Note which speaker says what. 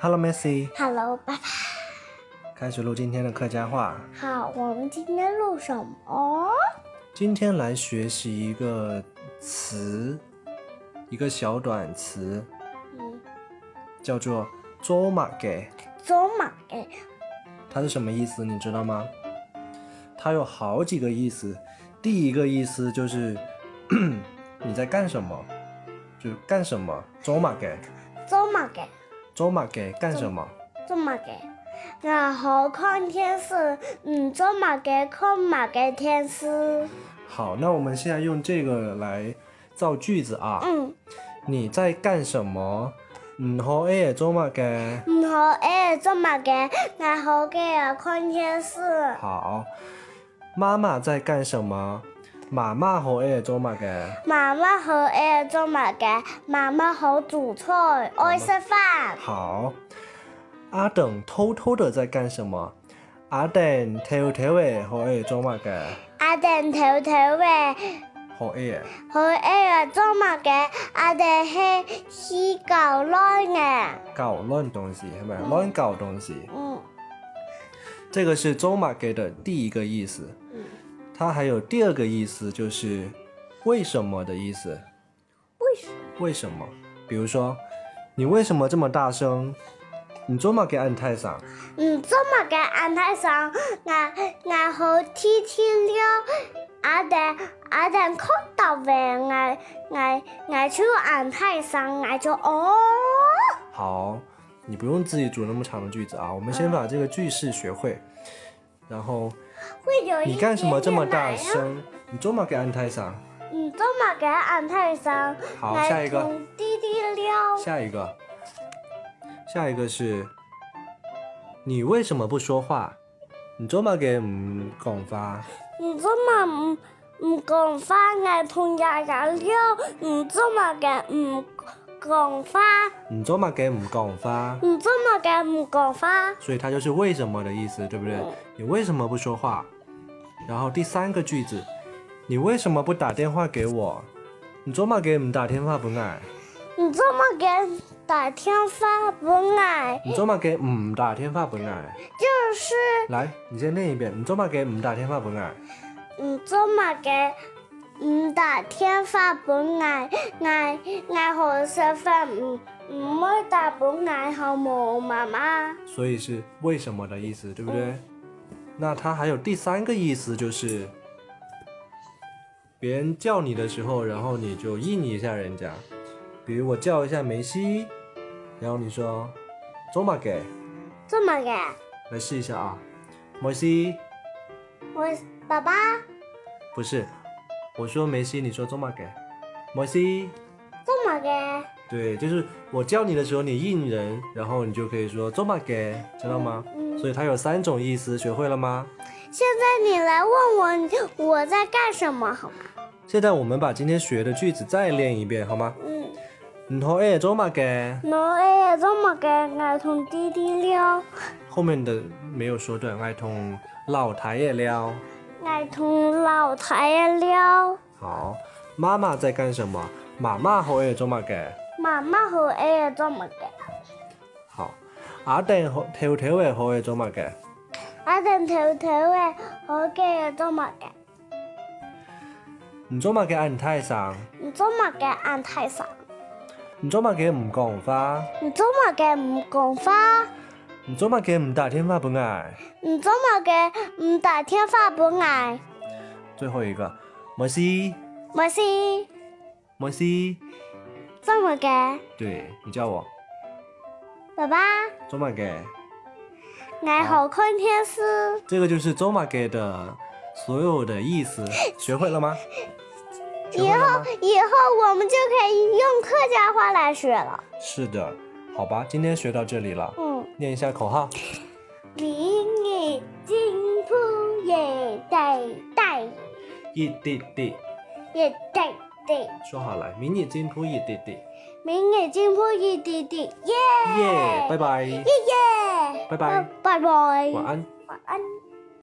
Speaker 1: Hello Messi，
Speaker 2: Hello，爸爸
Speaker 1: 开始录今天的客家话。
Speaker 2: 好，我们今天录什么？
Speaker 1: 今天来学习一个词，一个小短词，
Speaker 2: 嗯，
Speaker 1: 叫做“做马给
Speaker 2: 走马给，”，
Speaker 1: 它是什么意思？你知道吗？它有好几个意思。第一个意思就是 你在干什么，就是干什么。做马给，
Speaker 2: 走马给，
Speaker 1: 做马给干什么？
Speaker 2: 走马给。然后看电视，嗯，走马给看马给电视，
Speaker 1: 好，那我们现在用这个来造句子啊。
Speaker 2: 嗯，
Speaker 1: 你在干什么？唔好诶，做乜嘅？
Speaker 2: 然后哎走马给，然后给啊看电视，
Speaker 1: 好，妈妈在干什么？妈妈好诶，做乜嘅？
Speaker 2: 妈妈和哎走马给，妈妈好煮菜，爱吃饭，
Speaker 1: 好，阿等偷偷的在干什么？阿等偷偷诶，好诶，做乜嘅？
Speaker 2: 阿蛋头头喂。
Speaker 1: 好诶，
Speaker 2: 好哎呀，做嘛嘅？我哋去洗狗奶嘅。
Speaker 1: 搞乱东西，系咪？乱搞东西，
Speaker 2: 嗯
Speaker 1: 这个是做乜嘅的第一个意思。
Speaker 2: 嗯，
Speaker 1: 它还有第二个意思，就是为什么的意思。
Speaker 2: 为什么？
Speaker 1: 为什么？比如说，你为什么这么大声？你做嘛给按太上？
Speaker 2: 嗯，做嘛嘅？安太上，我我好天天了，我哋我哋看到嘅，我我我去安太上，我就哦，
Speaker 1: 好，你不用自己组那么长的句子啊，我们先把这个句式学会。然后
Speaker 2: 会有一
Speaker 1: 你干什么这么大
Speaker 2: 点点奶啊？
Speaker 1: 声？你做嘛给按太上？
Speaker 2: 嗯，做嘛嘅？安太上，
Speaker 1: 好下一个
Speaker 2: 我同弟弟了，
Speaker 1: 下一个，下一个是，你为什么不说话？你做嘛给唔讲话？
Speaker 2: 唔做嘛唔唔讲花，我同爷爷了，唔做嘛嘅唔讲花，
Speaker 1: 你做嘛给唔讲话？
Speaker 2: 唔做嘛嘅唔讲花，
Speaker 1: 所以它就是为什么的意思，对不对
Speaker 2: 嗯？
Speaker 1: 你为什么不说话？然后第三个句子，你为什么不打电话给我？你做嘛给我们打电话不爱？
Speaker 2: 唔做嘛嘅打天花不爱，
Speaker 1: 你做嘛给我们打电话不爱？
Speaker 2: 就是
Speaker 1: 来，你先念一遍，你做嘛给我们打电话不爱？
Speaker 2: 唔做嘛嘅唔打天花不爱，爱爱好食饭唔唔爱打不爱好冇妈妈，
Speaker 1: 所以是为什么的意思，对不对？那它还有第三个意思就是，别人叫你的时候，然后你就应一下人家，比如我叫一下梅西，然后你说，做嘛给？
Speaker 2: 做嘛嘅
Speaker 1: 来试一下啊，梅西
Speaker 2: 我爸爸
Speaker 1: 不是，我说梅西，你说中马给，梅西，
Speaker 2: 做嘛嘅
Speaker 1: 对，就是我叫你的时候你应人，然后你就可以说中马给，知道吗？
Speaker 2: 嗯
Speaker 1: 所以它有三种意思，学会了吗？
Speaker 2: 现在你来问我你，我在干什么，好吗？
Speaker 1: 现在我们把今天学的句子再练一遍，好吗？
Speaker 2: 嗯，
Speaker 1: 你好，哎，中马给，
Speaker 2: 我哎这么干，我同弟弟聊，
Speaker 1: 后面的没有说对，爱同老台也撩。
Speaker 2: 我同老太聊。
Speaker 1: 好，妈妈在干什么？妈妈好，哎，中马给。
Speaker 2: 妈妈和哎这么干，
Speaker 1: 好，阿蛋好，跳跳也好，哎，中马给。
Speaker 2: 阿等头头哎，我给这么干，
Speaker 1: 嗯唔做乜嘅按太上，
Speaker 2: 你这么干俺太傻，
Speaker 1: 唔做乜嘅唔讲花，
Speaker 2: 你这么干唔讲话，
Speaker 1: 唔嗯做乜嘅唔打电话俾挨。
Speaker 2: 你这么干唔打电话不爱，
Speaker 1: 最后一个，没事
Speaker 2: 没事，
Speaker 1: 没事，
Speaker 2: 这么干，
Speaker 1: 对你叫我
Speaker 2: 爸爸，
Speaker 1: 做乜嘅，
Speaker 2: 我好看电视，
Speaker 1: 这个就是做乜嘅的所有的意 思，学会了吗？学
Speaker 2: 以
Speaker 1: 会了
Speaker 2: 后
Speaker 1: 吗？
Speaker 2: 以后我们就可以用客家话来学了。
Speaker 1: 是的，好吧，今天学到这里了，
Speaker 2: 嗯。
Speaker 1: 念一下口号，
Speaker 2: 明日金铺也得带，
Speaker 1: 一滴滴，
Speaker 2: 也得得。
Speaker 1: 说好了，明日金铺一滴滴，
Speaker 2: 明日金铺一滴滴，耶
Speaker 1: 耶，拜，拜，
Speaker 2: 耶耶，
Speaker 1: 拜拜
Speaker 2: 拜拜，
Speaker 1: 晚安。
Speaker 2: 晚安。